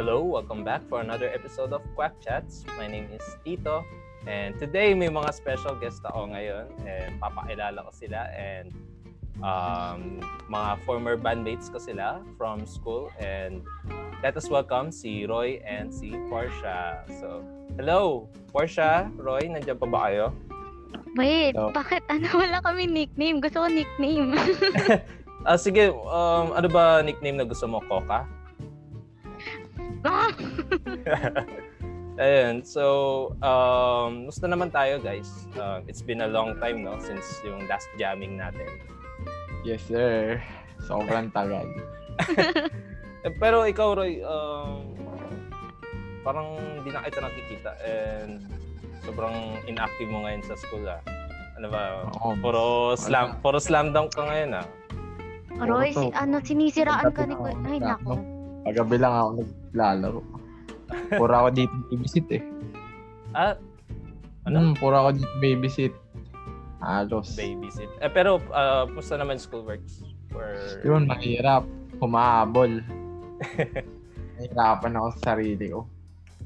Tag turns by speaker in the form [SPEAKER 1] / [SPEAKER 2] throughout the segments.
[SPEAKER 1] Welcome back for another episode of Quack Chats. My name is Tito. And today, may mga special guest ako ngayon. And papakilala ko sila. And um, mga former bandmates ko sila from school. And let us welcome si Roy and si Portia. So, hello! Portia, Roy, nandiyan pa ba kayo?
[SPEAKER 2] Wait,
[SPEAKER 3] Oh.
[SPEAKER 2] bakit ano wala kami nickname? Gusto ko nickname.
[SPEAKER 1] Ah, sige, um, ano ba nickname na gusto mo? Coca?
[SPEAKER 2] Ah,
[SPEAKER 1] Ayun, so, um, musta naman tayo guys? Um, it's been a long time, no? Since yung last jamming natin.
[SPEAKER 3] Yes, sir. Sobrang tagal.
[SPEAKER 1] Eh, pero ikaw, Roy, um, parang di na kita nakikita and sobrang inactive mo ngayon sa school, ah. Ano ba?
[SPEAKER 3] Oo.
[SPEAKER 1] Puro slam, puro slam dunk ka ngayon, ah.
[SPEAKER 2] Roy, si,
[SPEAKER 3] Oo,
[SPEAKER 2] ano, sinisiraan ka ni Kuya. Ay,
[SPEAKER 3] Nako.
[SPEAKER 2] nako.
[SPEAKER 3] Pagabi lang ako naglalaro. Puro ako dito babysit eh.
[SPEAKER 1] Ah,
[SPEAKER 3] Ano? Hmm, puro ako dito babysit. Halos.
[SPEAKER 1] babysit. Eh, pero, uh, musta naman schoolworks? Or...
[SPEAKER 3] Yun, mahirap. Humahabol. Nahirapan ako sa sarili ko.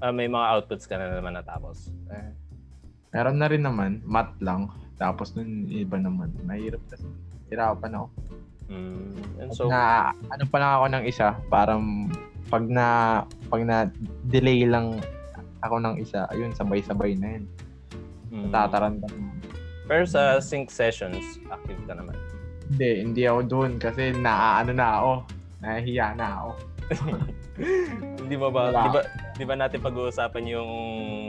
[SPEAKER 1] Ah, may mga outputs ka na naman natapos. Eh,
[SPEAKER 3] Meron na rin naman, mat lang. Tapos nun, iba naman. Mahirap kasi. Hirapan ako.
[SPEAKER 1] mm, and
[SPEAKER 3] At
[SPEAKER 1] so,
[SPEAKER 3] na, ano pa lang ako ng isa, parang pag na, pag na delay lang ako ng isa, ayun, sabay-sabay na yun.
[SPEAKER 1] mm,
[SPEAKER 3] Tataranta
[SPEAKER 1] Pero sa sync sessions, active ka naman.
[SPEAKER 3] Hindi, hindi ako doon kasi naaano na ako. Nahihiya na ako.
[SPEAKER 1] Hindi ba ba,
[SPEAKER 3] Wala.
[SPEAKER 1] di ba, di ba natin pag-uusapan yung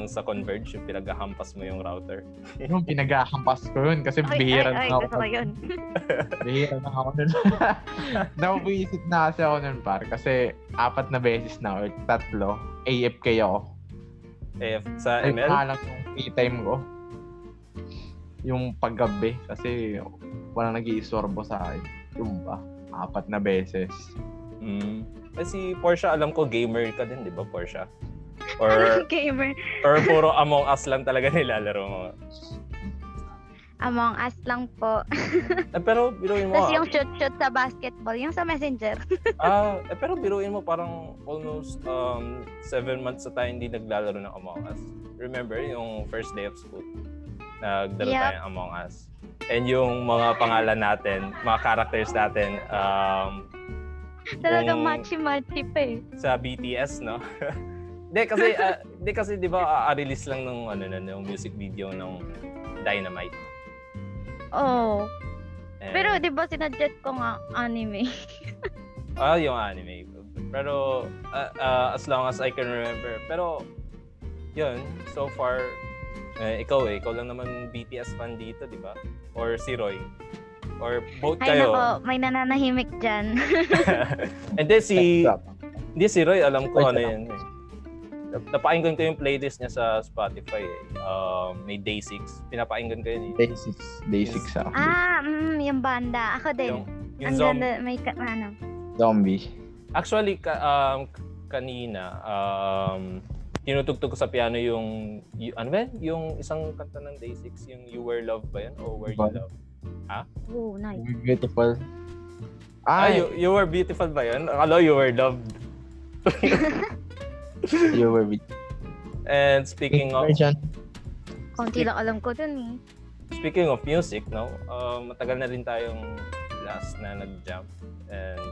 [SPEAKER 1] sa Converge, yung pinaghahampas mo yung router?
[SPEAKER 3] Yung pinaghahampas ko yun
[SPEAKER 2] Ay,
[SPEAKER 3] kasi
[SPEAKER 2] ay,
[SPEAKER 3] bihira
[SPEAKER 2] ay,
[SPEAKER 3] na ako.
[SPEAKER 2] gusto ko yun.
[SPEAKER 3] Bihira na ako nun. Nabuisip na kasi ako nun par kasi apat na beses na or tatlo. AFK ako.
[SPEAKER 1] Eh, sa
[SPEAKER 3] Ay,
[SPEAKER 1] ML?
[SPEAKER 3] pangalan ko yung free time ko. Yung paggabi. Kasi walang nag iistorbo sa akin. Yung ba? Apat na beses.
[SPEAKER 1] Mm. Eh, si Porsche, alam ko gamer ka din, di ba, Porsche?
[SPEAKER 2] Ano,
[SPEAKER 1] Or,
[SPEAKER 2] gamer?
[SPEAKER 1] or puro Among Us lang talaga nilalaro mo.
[SPEAKER 2] Among Us lang po.
[SPEAKER 1] Eh, pero biruin mo,
[SPEAKER 2] Tapos
[SPEAKER 1] ah.
[SPEAKER 2] yung shoot-shoot sa basketball, yung sa messenger.
[SPEAKER 1] ah, eh, pero biruin mo parang almost um, seven months na tayo hindi naglalaro ng Among Us. Remember, yung first day of school, nagdala
[SPEAKER 2] Yep.
[SPEAKER 1] tayo ng Among Us. And yung mga pangalan natin, mga characters natin, um, Yung-
[SPEAKER 2] Talagang machi-machi pa eh.
[SPEAKER 1] sa BTS, no? Hindi kasi ah, hindi kasi 'di ba release lang ng ano na ng music video ng Dynamite.
[SPEAKER 2] Oo. Oh.
[SPEAKER 1] And-
[SPEAKER 2] Pero di ba sinadjet ko nga anime?
[SPEAKER 1] ah yung anime. Pero ah, ah, as long as I can remember. Pero 'yun, so far eh, ikaw eh, ikaw lang naman BTS fan dito, 'di ba? Or si Roy. Or both
[SPEAKER 2] Ay,
[SPEAKER 1] kayo.
[SPEAKER 2] nako, may nananahimik dyan.
[SPEAKER 1] And then si
[SPEAKER 3] Next up.
[SPEAKER 1] Hindi si Roy, alam ko
[SPEAKER 3] Wait
[SPEAKER 1] ano
[SPEAKER 3] lang.
[SPEAKER 1] yan. eh. Nap- Napakinggan ko yung playlist niya sa Spotify. Eh. Um, may Day 6. Pinapakinggan ko yun. Eh.
[SPEAKER 3] Day 6. Day 6 sa akin.
[SPEAKER 2] ah, mm, yung banda. Ako din.
[SPEAKER 1] Yung, yung
[SPEAKER 2] Ang
[SPEAKER 1] zom-
[SPEAKER 2] ganda, may ka, ano.
[SPEAKER 3] Zombie.
[SPEAKER 1] Actually, ka, um, kanina, um, tinutugtog ko sa piano yung, y- ano ba yun? Yung isang kanta ng Day 6, yung You Were Love ba yun? O Were You
[SPEAKER 3] Ba?
[SPEAKER 1] Love?
[SPEAKER 2] Oh, nice.
[SPEAKER 3] Beautiful.
[SPEAKER 1] Ah,
[SPEAKER 3] Ay,
[SPEAKER 1] you, you Were Beautiful ba yun? Hello, You Were Loved.
[SPEAKER 3] you were with
[SPEAKER 1] And speaking of,
[SPEAKER 3] Version.
[SPEAKER 2] Konti lang alam ko dun eh.
[SPEAKER 1] Speaking of music, no, uh, matagal na rin tayong last na nag-jam. And,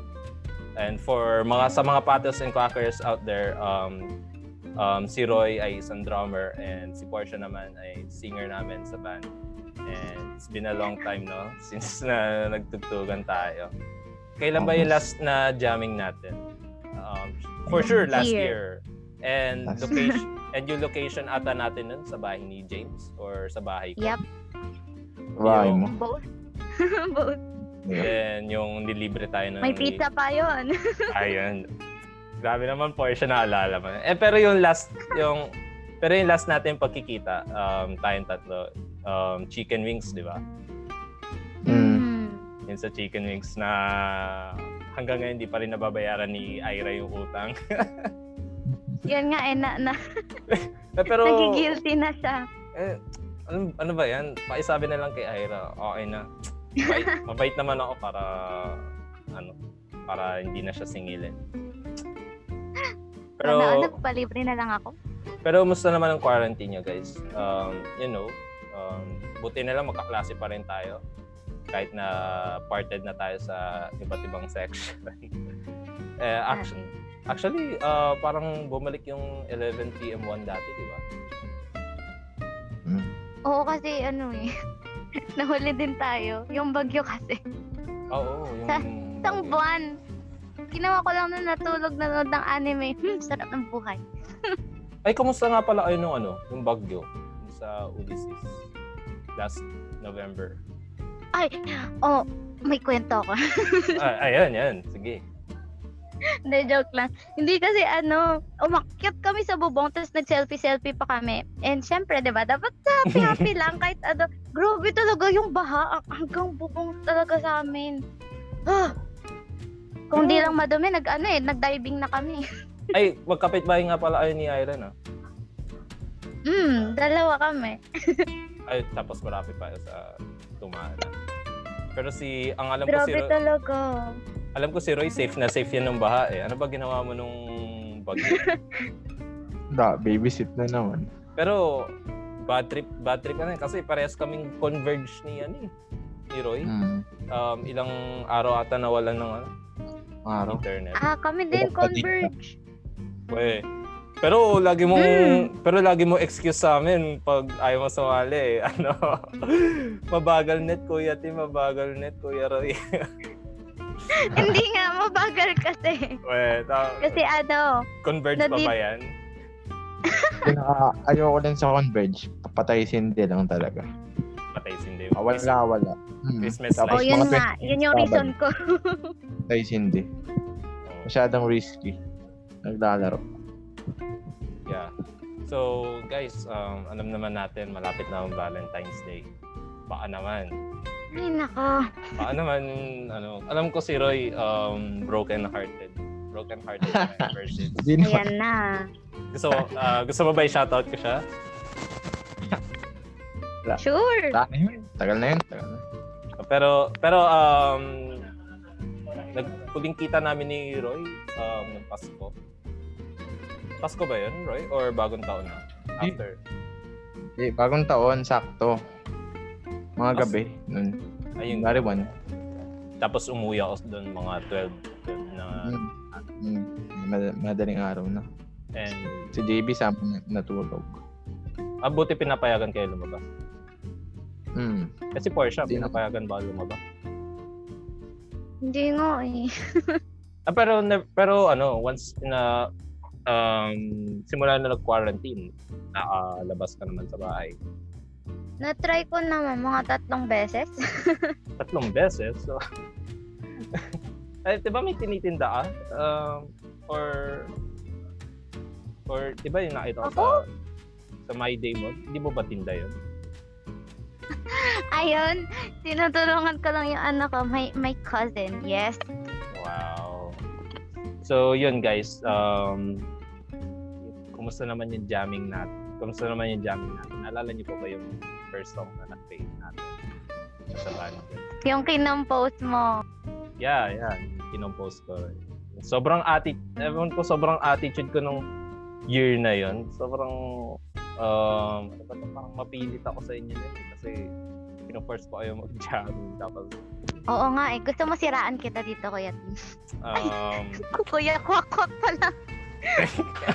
[SPEAKER 1] and for mga sa mga patos and quackers out there, um, um, si Roy ay isang drummer and si Portia naman ay singer namin sa band. And it's been a long time, no, since na nagtugtugan tayo. Kailan ba yung last na jamming natin? Um, for sure, last year.
[SPEAKER 2] Year.
[SPEAKER 1] And
[SPEAKER 3] Last
[SPEAKER 1] location, and yung location ata natin nun sa bahay ni James or sa bahay ko.
[SPEAKER 2] Yep.
[SPEAKER 3] Bahay
[SPEAKER 1] Yung-
[SPEAKER 3] mo.
[SPEAKER 2] Both. Both.
[SPEAKER 1] Then, yung nilibre tayo ng...
[SPEAKER 2] May pizza pa yun.
[SPEAKER 1] Ayun. Grabe naman po, siya naalala mo. Eh, pero yung last, yung... Pero yung last natin pagkikita, um, tayong tatlo, um, chicken wings, di ba?
[SPEAKER 3] Mm.
[SPEAKER 1] Yun sa chicken wings na hanggang ngayon hindi pa rin nababayaran ni Ira yung utang.
[SPEAKER 2] Yan nga eh, na, na,
[SPEAKER 1] Eh, pero,
[SPEAKER 2] nagigilty na siya.
[SPEAKER 1] eh, ano, ano ba yan? Paisabi na lang kay Ira, okay na. Mabait, mabait naman ako para, ano, para hindi na siya singilin. Pero-
[SPEAKER 2] Sana, ano, palibre na lang ako.
[SPEAKER 1] Pero musta naman ang quarantine nyo guys? Um, you know, um, buti na lang magkaklase pa rin tayo kahit na parted na tayo sa iba't ibang section. eh, actually,
[SPEAKER 2] Hmm.
[SPEAKER 1] actually uh, parang bumalik yung 11 PM1 dati, di ba?
[SPEAKER 2] Oo kasi ano eh. Nahuli din tayo. Yung bagyo kasi.
[SPEAKER 1] Oo, yung...
[SPEAKER 2] Sa- Isang buwan. Ginawa ko lang na natulog nanood ng anime. Hmm, sarap ng buhay.
[SPEAKER 1] Ay, kumusta nga pala kayo nung ano, nung bagyo Yung sa Ulysses last November?
[SPEAKER 2] Oh, may kwento ako.
[SPEAKER 1] Ay, Ah, ayan, yan. Sige.
[SPEAKER 2] Hindi, joke lang. Hindi kasi ano, umakyat kami sa bubong tapos nag-selfie-selfie pa kami. And syempre, di ba, dapat happy-happy lang kahit ano. Grabe talaga yung baha. Ang- Hanggang bubong talaga sa amin. Ah! Kung di lang madumi, nag, ano eh, nag-diving na kami.
[SPEAKER 1] Ay, magkapit-bahay nga pala kayo ni Irene, ah.
[SPEAKER 2] Hmm, dalawa kami.
[SPEAKER 1] Ay, tapos marami pa sa tumaan. Pero si, ang alam ko si
[SPEAKER 2] Grabe
[SPEAKER 1] Roy,
[SPEAKER 2] talaga.
[SPEAKER 1] alam ko si Roy, safe na safe yan ng baha eh. Ano ba ginawa mo nung bagyo?
[SPEAKER 3] Da, babysit na naman.
[SPEAKER 1] Pero, bad trip, bad trip na kasi parehas kaming converge ni, ano eh, ni Roy.
[SPEAKER 3] Hmm.
[SPEAKER 1] Um, ilang araw ata nawalan ng ano,
[SPEAKER 3] Araw.
[SPEAKER 1] internet.
[SPEAKER 2] Ah, kami din,
[SPEAKER 3] Bukod pa din.
[SPEAKER 2] Converge.
[SPEAKER 1] Eh. Pero lagi mong
[SPEAKER 2] Hmm.
[SPEAKER 1] pero lagi mo excuse sa amin pag ayaw mo sumali eh. Ano? mabagal net kuya Tim, mabagal net kuya Roy.
[SPEAKER 2] Hindi nga, mabagal kasi.
[SPEAKER 1] Weh, ta-
[SPEAKER 2] Kasi ano,
[SPEAKER 1] converge pa
[SPEAKER 2] nadi-
[SPEAKER 1] ba yan?
[SPEAKER 3] Pinaka, ayoko din sa Converge. Papatay sindi lang talaga.
[SPEAKER 1] Patay sindi.
[SPEAKER 3] Ah, Wala, wala. Hmm.
[SPEAKER 1] Christmas
[SPEAKER 2] oh,
[SPEAKER 3] Tapos
[SPEAKER 1] lights.
[SPEAKER 2] yun
[SPEAKER 3] mga
[SPEAKER 2] nga,
[SPEAKER 3] Christmas
[SPEAKER 2] yun yung reason ko.
[SPEAKER 3] Patay sindi.
[SPEAKER 1] Oh,
[SPEAKER 3] Masyadong risky. Naglalaro.
[SPEAKER 1] yeah. So, guys, um, alam naman natin, malapit na ang Valentine's Day. Baka naman,
[SPEAKER 2] Ay, nako.
[SPEAKER 1] Baka naman, ano, alam ko si Roy, um, broken-hearted. Broken-hearted na ever since.
[SPEAKER 3] Hindi naman.
[SPEAKER 2] Ayan na.
[SPEAKER 1] Gusto, ah, gusto mo ba i-shoutout ko siya?
[SPEAKER 2] Sure.
[SPEAKER 3] Tagal na yun. Tagal na yun. Tagal na.
[SPEAKER 1] Pero, pero, um, nagpuling kita namin ni Roy, um, ng Pasko. Pasko ba yun, Roy? Or bagong taon na? After?
[SPEAKER 3] Eh, bagong taon, sakto. Mga
[SPEAKER 1] As-
[SPEAKER 3] gabi. Nun.
[SPEAKER 1] Ayun.
[SPEAKER 3] January 1.
[SPEAKER 1] Tapos umuwi ako doon mga 12, 12 na.
[SPEAKER 3] Hmm.
[SPEAKER 1] Ah.
[SPEAKER 3] Hmm. Mad- madaling araw na.
[SPEAKER 1] And,
[SPEAKER 3] Si JB sa amin na- natulog.
[SPEAKER 1] ah, buti pinapayagan kayo lumabas.
[SPEAKER 3] Hmm.
[SPEAKER 1] Kasi Porsche,
[SPEAKER 3] Hindi na-
[SPEAKER 1] pinapayagan ba lumabas?
[SPEAKER 2] Hindi nga eh.
[SPEAKER 1] Ah, pero ne- pero ano, once na um simula na nag-quarantine, nakalabas ka naman sa bahay.
[SPEAKER 2] Na-try ko naman mga tatlong beses.
[SPEAKER 1] Tatlong beses. So Eh, 'di ba may tinitinda ka? Um, or or 'di ba yung nakita ko sa sa My Day mo? Hindi mo ba tinda 'yun?
[SPEAKER 2] Ayun, tinutulungan ko lang yung anak ko, my, my cousin. Yes.
[SPEAKER 1] Wow. So, yun guys. Um, kumusta naman yung jamming natin? Kumusta naman yung jamming natin? Naalala niyo pa ba yung first song na nag-play natin? Sa band.
[SPEAKER 2] Yung kinompose mo.
[SPEAKER 1] Yeah, yeah. Kinompose ko. Sobrang ati ewan ko, sobrang attitude ko nung year na yon Sobrang, um, ano ba to? parang mapilit ako sa inyo din. Kasi, pinoforce ko kayo mag-jamming. Tapos,
[SPEAKER 2] Oo nga eh. Gusto mo siraan kita dito, Kuya Tim.
[SPEAKER 1] um,
[SPEAKER 2] Kuya, kwak-kwak pala.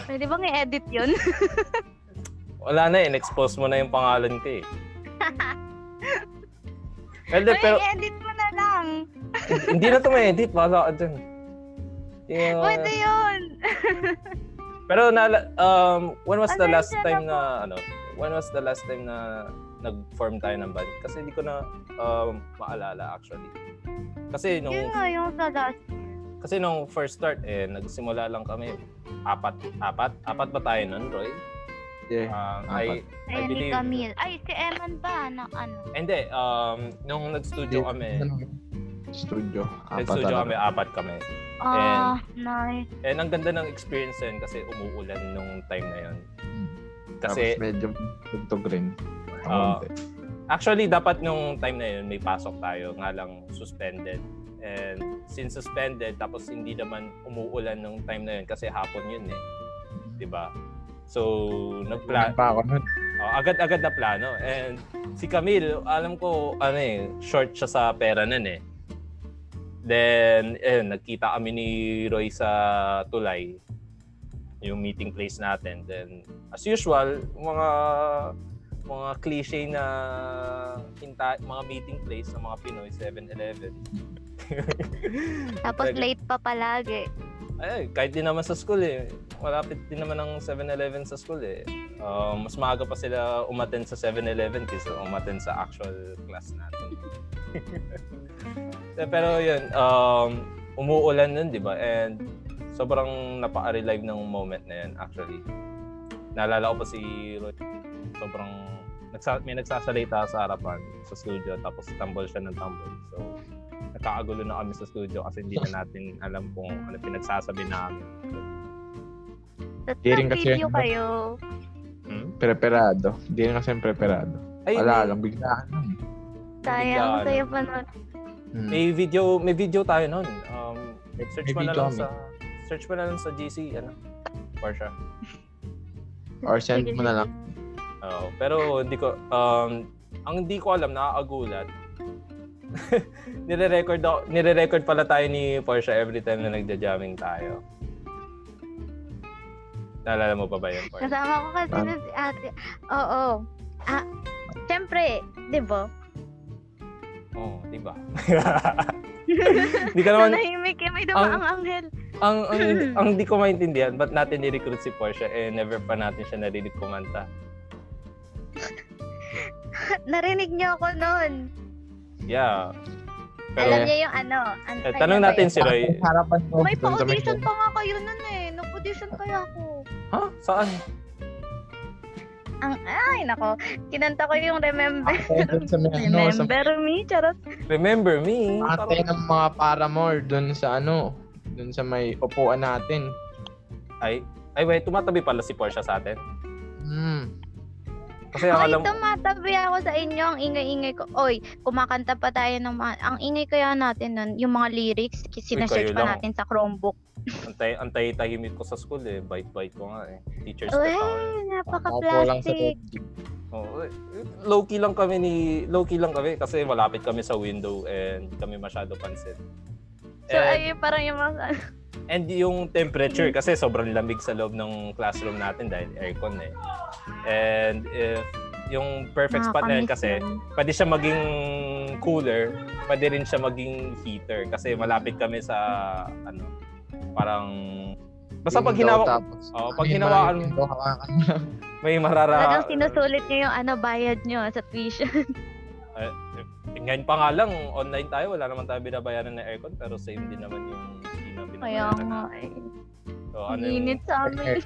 [SPEAKER 2] Pwede bang i-edit yun?
[SPEAKER 1] Wala na, eh, in-expose mo na yung pangalan ko eh. Well,
[SPEAKER 2] Ay,
[SPEAKER 1] de, pero
[SPEAKER 2] edit mo na lang.
[SPEAKER 1] hindi na to may edit. Wala ka dyan. Hindi na-
[SPEAKER 2] Pwede yun.
[SPEAKER 1] pero na, um, when was the
[SPEAKER 2] Ano,
[SPEAKER 1] last
[SPEAKER 2] dyan
[SPEAKER 1] time
[SPEAKER 2] ako.
[SPEAKER 1] na, ano, when was the last time na nag-form tayo ng band? Kasi hindi ko na um, maalala actually. Kasi
[SPEAKER 2] Yun
[SPEAKER 1] nung,
[SPEAKER 2] nga yung sa last.
[SPEAKER 1] kasi nung first start, eh, nagsimula lang kami. Apat, apat, apat ba tayo nun, Roy?
[SPEAKER 3] Yeah.
[SPEAKER 1] Um, I, I
[SPEAKER 3] Eh, Apat.
[SPEAKER 2] Ayun, ni
[SPEAKER 1] believe-
[SPEAKER 2] Camille. Ay, si Eman ba? Na ano?
[SPEAKER 1] hindi, um, nung nag-studio kami,
[SPEAKER 3] Ano Studio. Apat
[SPEAKER 1] nag-studio
[SPEAKER 3] talaga.
[SPEAKER 1] kami, apat kami.
[SPEAKER 2] Ah, nice.
[SPEAKER 1] And ang ganda ng experience yun kasi umuulan nung time na yun.
[SPEAKER 3] Hmm.
[SPEAKER 1] Kasi
[SPEAKER 3] Tapos medyo tugtog rin.
[SPEAKER 1] Ah. actually dapat nung time na yun may pasok tayo nga lang suspended. And since suspended tapos hindi naman umuulan nung time na yun kasi hapon yun eh. 'di ba? So, nagpla
[SPEAKER 3] Plan pa ako nun.
[SPEAKER 1] Oh, agad-agad na plano. And si Camille, alam ko, ano eh, short siya sa pera nun eh. Then, eh, nagkita kami ni Roy sa Tulay, yung meeting place natin. Then, as usual, mga mga cliche na hinta, mga meeting place ng mga Pinoy, 7-Eleven.
[SPEAKER 2] Tapos
[SPEAKER 1] Talaga.
[SPEAKER 2] late pa palagi.
[SPEAKER 1] Ay, kahit din naman sa school eh. Malapit din naman ang 7-Eleven sa school eh. Uh, mas maaga pa sila umaten sa 7-Eleven kaysa umaten sa actual class natin. Eh, Pero yun, um, umuulan nun, di ba? And sobrang napaka-relive ng moment na yun, actually. Naalala ko pa si Roy. Sobrang nagsa- may nagsasalita sa harapan sa studio tapos tumble siya ng tumble. So, nakakagulo na kami sa studio kasi hindi na natin alam kung ano pinagsasabi namin.
[SPEAKER 2] Tapos
[SPEAKER 3] Di rin kasi
[SPEAKER 2] video
[SPEAKER 3] yun, no?
[SPEAKER 2] kayo.
[SPEAKER 1] Hmm?
[SPEAKER 3] Preparado. Hindi rin kasi preparado.
[SPEAKER 1] Ayun,
[SPEAKER 3] Wala
[SPEAKER 1] eh.
[SPEAKER 3] lang, biglaan lang. eh.
[SPEAKER 1] Biglaan.
[SPEAKER 2] Sayang, sayo pa nun.
[SPEAKER 3] Hmm.
[SPEAKER 1] May video, may video tayo noon. Um, search mo
[SPEAKER 3] May
[SPEAKER 1] na
[SPEAKER 3] video
[SPEAKER 1] lang
[SPEAKER 3] kami.
[SPEAKER 1] sa search mo na lang sa GC ano. Or siya.
[SPEAKER 3] Or send mo na lang.
[SPEAKER 1] Oo, pero hindi ko um ang hindi ko alam nakakagulat. nire-record ako- nire-record pala tayo ni Porsche every time na nagja-jamming tayo. Naalala mo pa ba yun, Porsche?
[SPEAKER 2] Kasama ko kasi
[SPEAKER 3] Ah.
[SPEAKER 2] na si ate. Oo. Ah, syempre, di ba?
[SPEAKER 1] Oo, di ba? Hindi ka naman,
[SPEAKER 2] Nanahimik eh, may dumaang anghel.
[SPEAKER 1] ang, ang, ang di ko maintindihan, ba't natin ni-recruit si Porsche eh never pa natin siya narinig kumanta.
[SPEAKER 2] Narinig niyo ako noon.
[SPEAKER 1] Yeah. Pero,
[SPEAKER 2] Alam niya yung ano. an-
[SPEAKER 1] eh,
[SPEAKER 2] ano
[SPEAKER 1] tanong
[SPEAKER 2] ba
[SPEAKER 1] natin
[SPEAKER 2] yun?
[SPEAKER 1] si Roy.
[SPEAKER 3] Harapan mo.
[SPEAKER 2] May
[SPEAKER 3] dun sa may-
[SPEAKER 2] pa-audition pa nga kayo nun eh. Nag-audition kaya ako.
[SPEAKER 1] Ha? Saan?
[SPEAKER 2] Ang, ay, nako. Kinanta ko yung remember.
[SPEAKER 3] Ate, dun sa may ano, sa
[SPEAKER 2] Remember me, charot.
[SPEAKER 1] Remember me.
[SPEAKER 3] ate
[SPEAKER 1] Parang-
[SPEAKER 3] ng mga paramore dun sa ano, dun sa may upuan natin.
[SPEAKER 1] Ay, ay wait, tumatabi pala si Porsche sa atin.
[SPEAKER 3] Hmm.
[SPEAKER 1] Kasi ang
[SPEAKER 2] Ay,
[SPEAKER 1] alam
[SPEAKER 2] tumatabi ako sa inyo. Ang ingay-ingay ko. Oy, kumakanta pa tayo ng mga... Ang ingay kaya natin nun, yung mga lyrics, k- sinasearch
[SPEAKER 1] kayo
[SPEAKER 2] pa
[SPEAKER 1] lang.
[SPEAKER 2] natin sa Chromebook.
[SPEAKER 1] antay antay tahimik ko sa school eh. Bite-bite ko nga eh. Teacher's pet
[SPEAKER 2] Uy,
[SPEAKER 1] ako.
[SPEAKER 3] Ako lang sa
[SPEAKER 2] napaka-plastic.
[SPEAKER 1] eh. Oo, eh. low-key lang kami ni low-key lang kami kasi malapit kami sa window and kami masyado pansin. Eh,
[SPEAKER 2] So,
[SPEAKER 1] And,
[SPEAKER 2] ay, parang yung mga...
[SPEAKER 1] and yung temperature kasi sobrang lamig sa loob ng classroom natin dahil aircon eh. And if yung perfect
[SPEAKER 2] Ah,
[SPEAKER 1] spot na yun kasi
[SPEAKER 2] Nakakamiss yun.
[SPEAKER 1] pwede siya maging cooler, pwede rin siya maging heater kasi malapit kami sa ano, parang basta pag
[SPEAKER 3] Yung daw
[SPEAKER 1] hinawa
[SPEAKER 3] tapos.
[SPEAKER 1] Oo, pag
[SPEAKER 3] Ayun,
[SPEAKER 1] hinawaan
[SPEAKER 3] yung
[SPEAKER 1] mo-
[SPEAKER 3] daw hawakan.
[SPEAKER 1] may marara
[SPEAKER 2] Talagang sinusulit niyo yung ano, bayad niyo sa tuition.
[SPEAKER 1] Eh, eh, ngayon pa nga lang online tayo, wala naman tayo binabayaran ng aircon pero same din naman yung China
[SPEAKER 2] Kaya
[SPEAKER 1] binabayaran
[SPEAKER 2] nga,
[SPEAKER 1] na.
[SPEAKER 2] eh.
[SPEAKER 1] So, ano
[SPEAKER 2] Ang
[SPEAKER 1] yung-
[SPEAKER 2] init sa amin.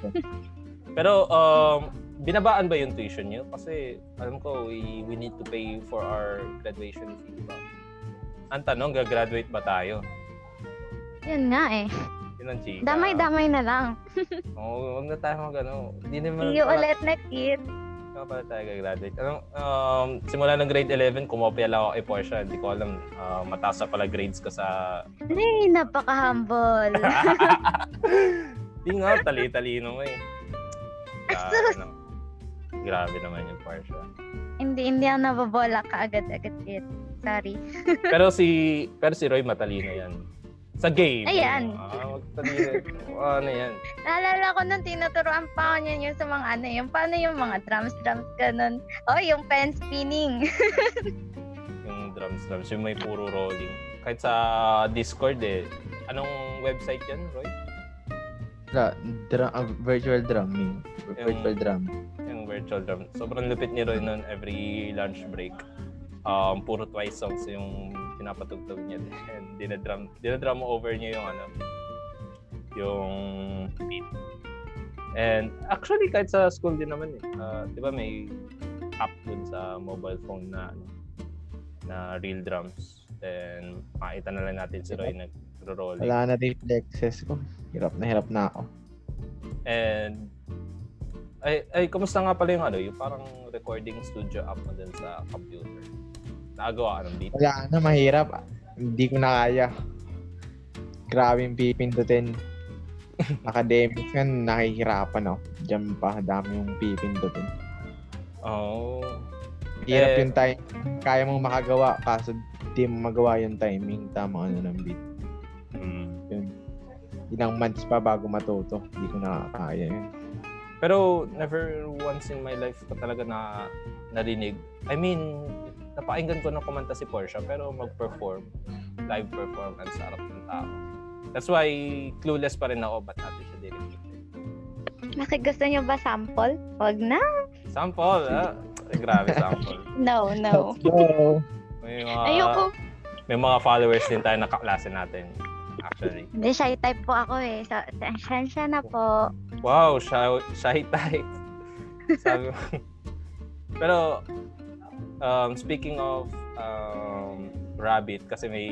[SPEAKER 1] Pero um, binabaan ba yung tuition niyo? Kasi alam ko we, we need to pay for our graduation fee, di ba? Ang tanong, gagraduate ba tayo?
[SPEAKER 2] Yun nga eh.
[SPEAKER 1] Yun ang chika.
[SPEAKER 2] Damay-damay na lang.
[SPEAKER 1] Oo, huwag na tayo mag ano. Hindi naman
[SPEAKER 2] See you ulit next year.
[SPEAKER 1] Hindi naman pala tayo gagraduate. Anong, um, simula ng grade 11, kumopia lang ako kay Porsche. Hindi ko alam, ah, mataas na pala grades ko sa...
[SPEAKER 2] Ay, napaka-humble.
[SPEAKER 1] Hindi nga, tali-talino mo eh. Grabe, na, grabe naman yung Porsche.
[SPEAKER 2] hindi, hindi ako nababola ka agad-agad yet. Sorry.
[SPEAKER 1] Pero si, pero si Roy matalino yan. Sa game.
[SPEAKER 2] Ayan.
[SPEAKER 1] Ah, wag talino. ano yan?
[SPEAKER 2] Naalala ko nun, tinuturoan pa ako niyan yung sa mga ano, yung paano yung mga drums-drums ganun. Oh, yung pen spinning.
[SPEAKER 1] Yung drums, drums. Yung may puro rolling. Kahit sa Discord eh. Anong website yan, Roy?
[SPEAKER 3] Dra- dra- ah, virtual drumming. Virtual drum.
[SPEAKER 1] yung virtual drum. Sobrang lupit ni Roy noon every lunch break. Um, puro twice songs yung pinapatugtog niya. And dinadrum, dinadrum over niya yung ano, yung beat. And actually, kahit sa school din naman eh. Ah, di ba may app dun sa mobile phone na ano, na real drums. Then, makita na lang natin si Roy nagro-rolling.
[SPEAKER 3] Wala na reflexes ko. Hirap na hirap na ako.
[SPEAKER 1] And ay ay kumusta nga pala yung ano, yung parang recording studio app mo din sa computer. Nagawa ka ng beat.
[SPEAKER 3] Wala na, mahirap. Hindi ko na kaya. Grabing pipindutin. Academics nga, nakihirapan oh. Diyan pa, dami yung pipindutin.
[SPEAKER 1] Oh.
[SPEAKER 3] Hirap
[SPEAKER 1] Eh,
[SPEAKER 3] yung time. Kaya mong makagawa, kaso di mo magawa yung timing. Tama ka na ng beat.
[SPEAKER 1] Mm.
[SPEAKER 3] Ilang months pa bago matuto. Hindi ko na kaya yun.
[SPEAKER 1] Pero never once in my life ko talaga na narinig. I mean, napakinggan ko na kumanta si Portia pero mag-perform, live performance sa harap ng tao. That's why clueless pa rin ako ba't natin siya directed.
[SPEAKER 2] Bakit gusto nyo ba sample? Wag na.
[SPEAKER 1] Sample, ah. Ay, grabe sample.
[SPEAKER 2] No, no.
[SPEAKER 3] go.
[SPEAKER 1] May mga,
[SPEAKER 2] Ayoko.
[SPEAKER 1] may mga followers din tayo na kaklase natin. Actually.
[SPEAKER 2] Hindi, shy type po ako eh. So, siya na po.
[SPEAKER 1] Wow, shy, shy type. Sabi mo. Pero, um, speaking of um, rabbit, kasi may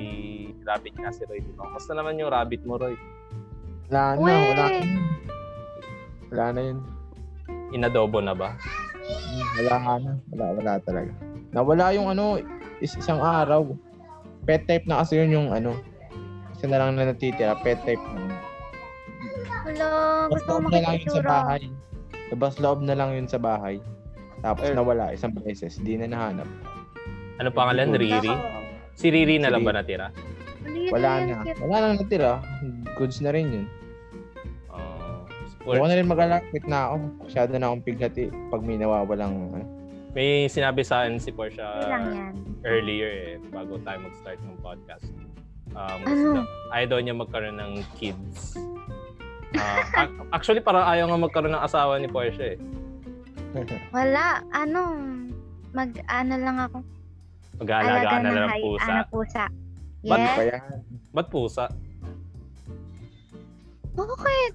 [SPEAKER 1] rabbit nga si Roy. di ba? Kamusta naman yung rabbit mo, Roy?
[SPEAKER 3] Wala na,
[SPEAKER 2] Weh!
[SPEAKER 3] wala na. yun. Wala na yun.
[SPEAKER 1] Inadobo na ba?
[SPEAKER 3] Hmm, Wala nga na. Wala, wala talaga. Nawala yung ano, is isang araw. Pet type na kasi yun yung ano. Isa na lang na natitira, pet type na yun.
[SPEAKER 2] Hello,
[SPEAKER 3] Labas
[SPEAKER 2] gusto oh. ko
[SPEAKER 3] loob na lang
[SPEAKER 2] makita
[SPEAKER 3] yun sa
[SPEAKER 2] itsura.
[SPEAKER 3] bahay. Labas loob na lang yun sa bahay. Tapos
[SPEAKER 1] Eh.
[SPEAKER 3] nawala isang beses. Di na nahanap.
[SPEAKER 1] Ano pangalan? Riri? Si Riri na lang ba natira?
[SPEAKER 3] Wala na. Wala na natira. Goods na rin yun.
[SPEAKER 1] Oh,
[SPEAKER 3] Huwag
[SPEAKER 1] sports.
[SPEAKER 3] na rin mag-alakit na ako. Masyado na akong piglati pag may nawawalang ano.
[SPEAKER 1] May sinabi sa akin si Portia
[SPEAKER 2] Hindi lang yan.
[SPEAKER 1] earlier eh, bago tayo mag-start ng podcast. Um, gusto
[SPEAKER 2] Ano?
[SPEAKER 1] daw, ayaw daw niya magkaroon ng kids. Ah, ac- actually, parang ayaw nga magkaroon ng asawa ni Portia eh.
[SPEAKER 2] Wala. Ano? Mag-ano lang ako.
[SPEAKER 1] Mag-aalagaan na lang ng
[SPEAKER 2] hay-
[SPEAKER 1] pusa.
[SPEAKER 2] Ano, pusa.
[SPEAKER 1] Ba't
[SPEAKER 2] Yes.
[SPEAKER 3] Kaya
[SPEAKER 1] Ba't pusa?
[SPEAKER 2] Bakit?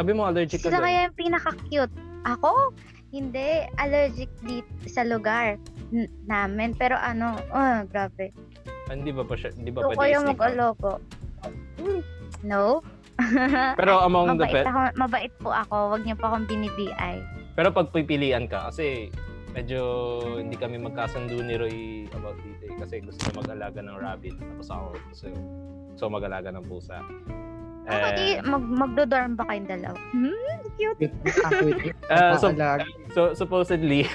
[SPEAKER 1] Sabi mo allergic ka
[SPEAKER 2] Sila
[SPEAKER 1] doon.
[SPEAKER 2] kaya yung pinaka-cute. Ako? Hindi. Allergic dito sa lugar n- namin. Pero ano, oh, grabe.
[SPEAKER 1] Ah, Hindi ba pa siya? Hindi ba
[SPEAKER 2] Gusto ko
[SPEAKER 1] pwede
[SPEAKER 2] yung
[SPEAKER 1] i-sneak out?
[SPEAKER 2] mag-alogo. Hmm. No?
[SPEAKER 1] Pero among the
[SPEAKER 2] mabait,
[SPEAKER 1] pet,
[SPEAKER 2] ako, mabait po ako. Huwag niyo po akong binibiay.
[SPEAKER 1] pero pagpipilian ka kasi medyo hindi kami magkasundo ni Roy about dito eh. Kasi gusto niya mag-alaga ng rabbit. Tapos ako gusto, gusto ko mag-alaga ng pusa.
[SPEAKER 2] Ako, di,
[SPEAKER 1] Eh,
[SPEAKER 2] mag, magdodorm ba kayong dalaw? Hmm?
[SPEAKER 3] Wait, ah, wait, wait.
[SPEAKER 1] Ah, so-
[SPEAKER 3] Nakaalag.
[SPEAKER 1] so, supposedly.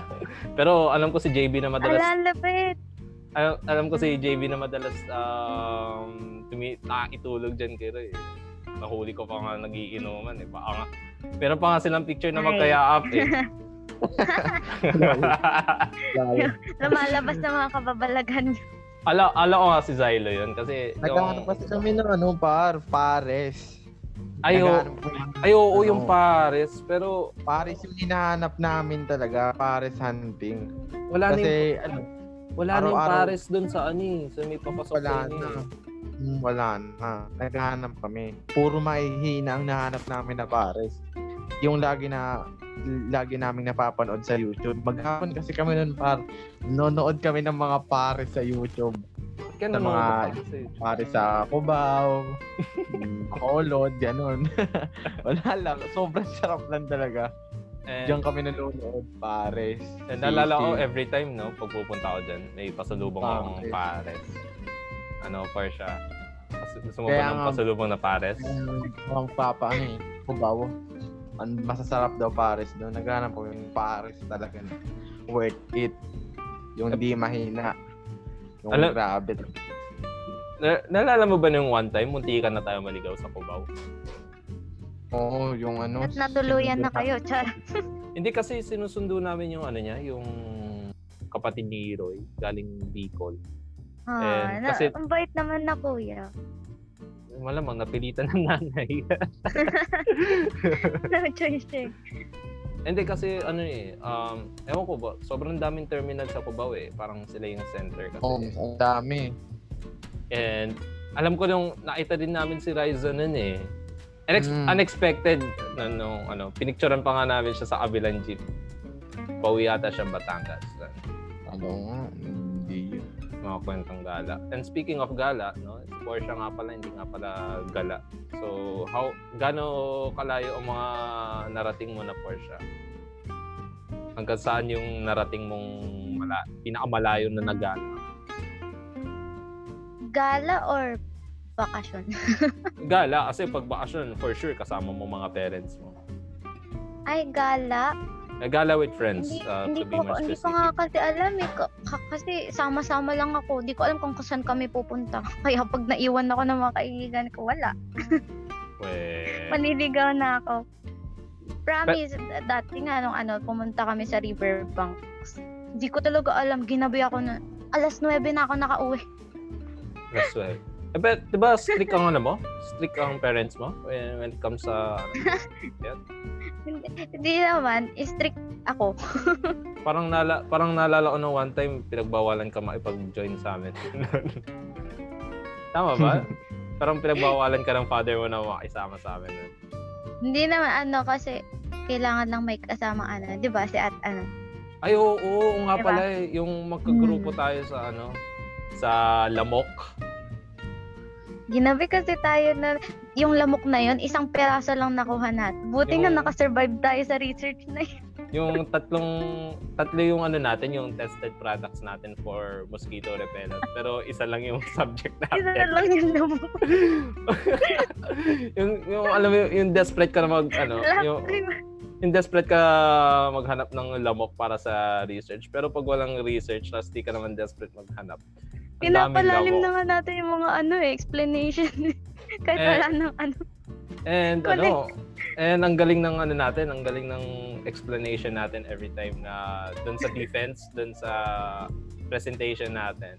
[SPEAKER 1] pero alam ko si JB na madalas
[SPEAKER 2] Ala, lapit.
[SPEAKER 1] alam, alam ko si JB na madalas um, tumi nakakitulog dyan kay Roy. eh. Nahuli ko pa nga nagiinuman eh. Baka nga. Meron pa nga silang picture na
[SPEAKER 2] Ay.
[SPEAKER 1] magkayaap eh.
[SPEAKER 3] Lalo.
[SPEAKER 2] Lumalabas na mga kababalagan niyo.
[SPEAKER 1] ala, ala ko nga si Zylo yun kasi
[SPEAKER 3] Nagkahanap kasi kami ng ano, par, pares.
[SPEAKER 1] Ay, oo.
[SPEAKER 3] Naghahanap kami ng-
[SPEAKER 1] ay oo
[SPEAKER 3] Ano?
[SPEAKER 1] yung Paris pero
[SPEAKER 3] Pares yung hinahanap namin talaga, pares hunting.
[SPEAKER 1] wala na Ano yung,
[SPEAKER 3] Kasi, ano,
[SPEAKER 1] wala na yung
[SPEAKER 3] araw-araw-
[SPEAKER 1] Paris dun sa ani sa may papasok
[SPEAKER 3] wala
[SPEAKER 1] sa
[SPEAKER 3] na.
[SPEAKER 1] ano eh.
[SPEAKER 3] Hmm, Wala na. Naghahanap kami. Puro mahihina ang nahanap namin na pares. Yung lagi na lagi naming napapanood sa YouTube. Maghapon kasi kami nun par nanonood kami ng mga pares sa YouTube.
[SPEAKER 1] Kaya
[SPEAKER 3] Sa
[SPEAKER 1] nanonood
[SPEAKER 3] mga-
[SPEAKER 1] ako sa YouTube.
[SPEAKER 3] Pare sa Cubao, Bacolod, ganun. Wala lang. Sobrang sarap lang talaga.
[SPEAKER 1] And,
[SPEAKER 3] Diyan kami nanonood, pares.
[SPEAKER 1] and naalala ko
[SPEAKER 3] sisig.
[SPEAKER 1] every time no pag pupunta ako dyan may pasalubong akong
[SPEAKER 3] Pares.
[SPEAKER 1] Paris. Ano Portia? Pas- Gusto mo
[SPEAKER 3] Kaya
[SPEAKER 1] ba ng
[SPEAKER 3] nga-
[SPEAKER 1] pasalubong na Pares?
[SPEAKER 3] Ang Mm, papa, ano eh, Cubao. Ang masasarap daw pares doon. Naghanap ko yung pares talaga na worth it. Yung di mahina. Yung
[SPEAKER 1] Alam-
[SPEAKER 3] grabe.
[SPEAKER 1] Na- naalala mo ba nung one time, munti ka na tayo maligaw sa Cubao?
[SPEAKER 3] Oo, yung ano.
[SPEAKER 2] At natuluyan na kayo.
[SPEAKER 1] Eh,
[SPEAKER 2] Char.
[SPEAKER 1] Hindi kasi sinusundo namin yung ano niya, yung kapatid ni Roy, galing Bicol.
[SPEAKER 2] Ah,
[SPEAKER 1] And
[SPEAKER 2] na,
[SPEAKER 1] kasi-
[SPEAKER 2] ang bait naman na kuya.
[SPEAKER 1] Malamang napilitan ng nanay.
[SPEAKER 2] No choice eh.
[SPEAKER 1] Hindi kasi ano eh, um, ewan ko ba, sobrang daming terminal sa Cubao eh. Parang sila yung center kasi.
[SPEAKER 3] Oo, ang dami.
[SPEAKER 1] And alam ko nung nakita din namin si Ryza nun eh. Unex-
[SPEAKER 3] Mm.
[SPEAKER 1] Unexpected, na nung ano, pinicturean pa nga namin siya sa kabilang jeep. Pauwi yata siya Batangas. uh,
[SPEAKER 3] Ano nga, hindi yun.
[SPEAKER 1] mga kwentong gala. And speaking of gala, no, si Portia nga pala, hindi nga pala gala. So, how, gano kalayo ang mga narating mo na Portia? Hanggang saan yung narating mong mala, pinakamalayo na nagala?
[SPEAKER 2] Gala or bakasyon.
[SPEAKER 1] Gala, kasi pag bakasyon, for sure, kasama mo mga parents mo.
[SPEAKER 2] Ay, gala.
[SPEAKER 1] Eh, Gala with friends,
[SPEAKER 2] Hindi,
[SPEAKER 1] uh,
[SPEAKER 2] hindi,
[SPEAKER 1] to be
[SPEAKER 2] ko,
[SPEAKER 1] more
[SPEAKER 2] hindi ko
[SPEAKER 1] specific.
[SPEAKER 2] nga kasi alam eh. Ka- ka- Kasi sama-sama lang ako. Hindi ko alam kung saan kami pupunta. Kaya pag naiwan ako ng mga kaibigan ko, wala.
[SPEAKER 1] Well,
[SPEAKER 2] Maniligaw na ako. Promise, dati nga nung ano, pumunta kami sa Riverbanks. Hindi ko talaga alam, ginabi ako na alas 9 na ako nakauwi.
[SPEAKER 1] that's why. I bet, Eh, di ba strict ang ano mo? Strict ang parents mo when, when it comes sa, ano,
[SPEAKER 2] Hindi, hindi naman, strict ako.
[SPEAKER 1] parang, nala, parang naalala ko nung one time, pinagbawalan ka makipag-join sa amin. Tama ba? parang pinagbawalan ka ng father mo na makisama sa amin.
[SPEAKER 2] Hindi naman ano kasi kailangan lang may kasama ano, 'di ba? Si at ano.
[SPEAKER 1] Ay, oo, oo, oo nga
[SPEAKER 2] Diba?
[SPEAKER 1] pala eh. Yung magkagrupo
[SPEAKER 2] Hmm.
[SPEAKER 1] tayo sa ano, sa lamok.
[SPEAKER 2] Ginabi kasi tayo na yung lamok na yon, isang peraso lang nakuha natin. Buti
[SPEAKER 1] Yung-
[SPEAKER 2] na nakasurvive tayo sa research na yun.
[SPEAKER 1] Yung tatlong, tatlo yung ano natin, yung tested products natin for mosquito repellent. Pero isa lang yung subject
[SPEAKER 2] Isa na
[SPEAKER 1] natin.
[SPEAKER 2] lang yung lamok.
[SPEAKER 1] yung, yung, alam mo, yung desperate ka na mag, ano, yung, yung desperate ka maghanap ng lamok para sa research. Pero pag walang research, tapos di ka naman desperate maghanap. Ang daming
[SPEAKER 2] Pinapalalim
[SPEAKER 1] lamok.
[SPEAKER 2] na nga natin yung mga ano eh, explanation. Kahit
[SPEAKER 1] Eh,
[SPEAKER 2] wala nang ano.
[SPEAKER 1] And
[SPEAKER 2] Correct.
[SPEAKER 1] ano, and ang galing ng ano natin, ang galing ng explanation natin every time na dun sa defense, dun sa presentation natin.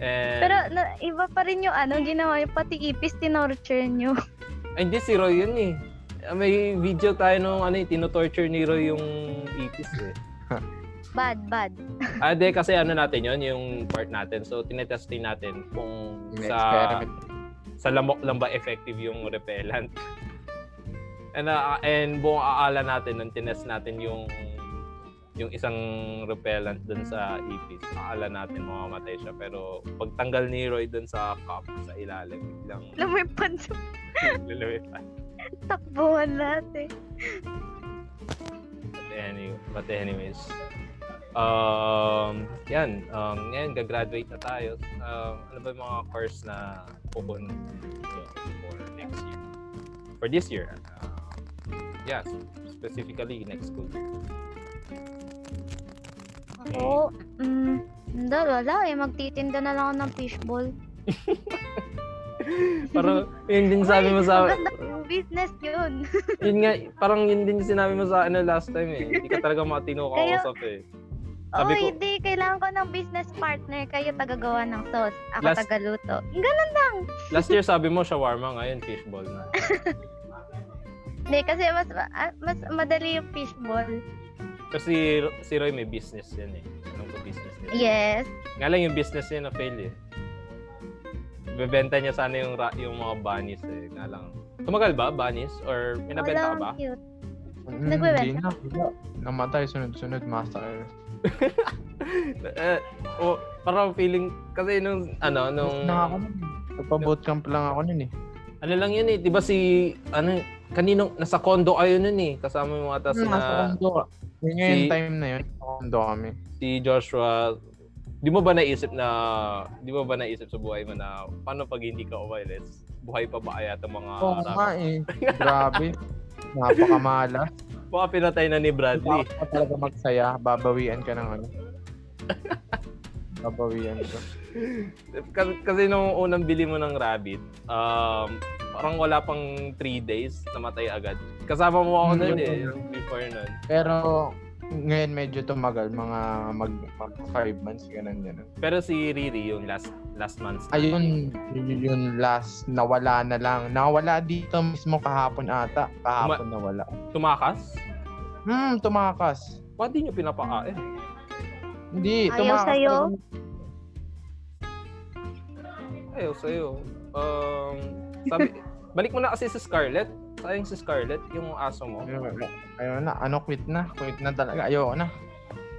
[SPEAKER 1] And,
[SPEAKER 2] Pero na, iba pa rin yung ano, ginawa yung pati ipis, tinorture nyo.
[SPEAKER 1] ay, hindi si Roy yun eh. Ah, May video tayo nung ano eh, tinotorture ni Roy yung itis eh.
[SPEAKER 2] Bad, bad.
[SPEAKER 1] Ah, di, kasi ano natin yun, yung part natin. So, tinetesting natin kung sa,
[SPEAKER 3] experiment
[SPEAKER 1] sa lamok lang ba effective yung repellent. And, ah, and buong aala natin nung tinest natin yung yung isang repellent dun sa ipis. Aala natin mamamatay siya. Pero pagtanggal ni Roy dun sa cup, sa ilalim, biglang
[SPEAKER 2] Lumipad sa
[SPEAKER 1] luluwitan.
[SPEAKER 2] takbuhan natin.
[SPEAKER 1] But, any, but anyways, um, yan, um, ngayon, gagraduate na tayo. Um, ano ba yung mga course na pupunin nyo for next year? For this year? Uh, yes, specifically next school. year.
[SPEAKER 2] Ako, mm, hindi, wala eh. Magtitinda na lang ako ng fishball.
[SPEAKER 1] Parang yun din sabi mo sa
[SPEAKER 2] Maganda yung business yun.
[SPEAKER 1] yun nga, parang yun din sinabi mo sa ano last time eh. Hindi ka talaga matino
[SPEAKER 2] Kaya-
[SPEAKER 1] kausap eh.
[SPEAKER 2] Oo,
[SPEAKER 1] Sabi ko-
[SPEAKER 2] hindi. Kailangan ko ng business partner. Kayo tagagawa ng sauce. Ako
[SPEAKER 1] Last-
[SPEAKER 2] tagaluto. Ganun.
[SPEAKER 1] Last year sabi mo shawarma, ngayon fishball na.
[SPEAKER 2] Hindi, kasi mas, ah, mas madali yung fishball.
[SPEAKER 1] Kasi si Roy may business yan eh. Anong ko business niya?
[SPEAKER 2] Yes.
[SPEAKER 1] Nga lang yung business niya na fail eh. Bebenta niya sana yung ra- yung mga bunnies eh. Nga lang. Tumagal ba bunnies or pinabenta ka
[SPEAKER 2] Wala,
[SPEAKER 1] ba?
[SPEAKER 2] cute.
[SPEAKER 3] Mm,
[SPEAKER 2] Nagbebenta
[SPEAKER 3] hindi na. Namatay sunod-sunod master.
[SPEAKER 1] eh, o parang feeling kasi nung ano nung
[SPEAKER 3] Na ako nun. Nagpa-bootcamp lang ako nun eh.
[SPEAKER 1] ano lang yun eh, 'di ba si ano kaninong nasa condo kayo nun eh kasama mo ata si na,
[SPEAKER 3] Nasa kondo. Yun nga yung
[SPEAKER 1] si-
[SPEAKER 3] time na yun. Nasa kondo kami.
[SPEAKER 1] si Joshua. 'Di mo ba naisip na 'di mo ba naisip sa buhay mo na paano pag hindi ka wireless? Buhay pa ba kaya itong mga
[SPEAKER 3] Oo
[SPEAKER 1] rap-
[SPEAKER 3] nga eh. Grabe. Napakamala.
[SPEAKER 1] Baka pinatay na ni Bradley.
[SPEAKER 3] Bakit ka talaga magsaya? Babawian ka ng ano? Babawian ka.
[SPEAKER 1] kasi, kasi nung unang bili mo ng rabbit, um, parang wala pang 3 days, namatay agad. Kasama mo ako nun eh, before nun.
[SPEAKER 3] Pero ngayon medyo tumagal. Mga mag, mag five months. Ganun ganun.
[SPEAKER 1] Pero si Riri, yung last last month.
[SPEAKER 3] Ayun. yun Yung last. Nawala na lang. Nawala dito mismo kahapon ata. Kahapon nawala.
[SPEAKER 1] Tumakas?
[SPEAKER 3] Hmm. Tumakas.
[SPEAKER 1] Ba't di nyo eh, pinapakain?
[SPEAKER 3] Hindi.
[SPEAKER 2] Ayaw
[SPEAKER 3] Tumakas.
[SPEAKER 2] sa'yo?
[SPEAKER 3] talaga.
[SPEAKER 1] Ayaw sa'yo. Um, sabi, balik mo na kasi si Scarlett. Sayang si Scarlett, yung aso mo.
[SPEAKER 3] Ayun na. Ano? Quit na. Quit na talaga. Ayoko na.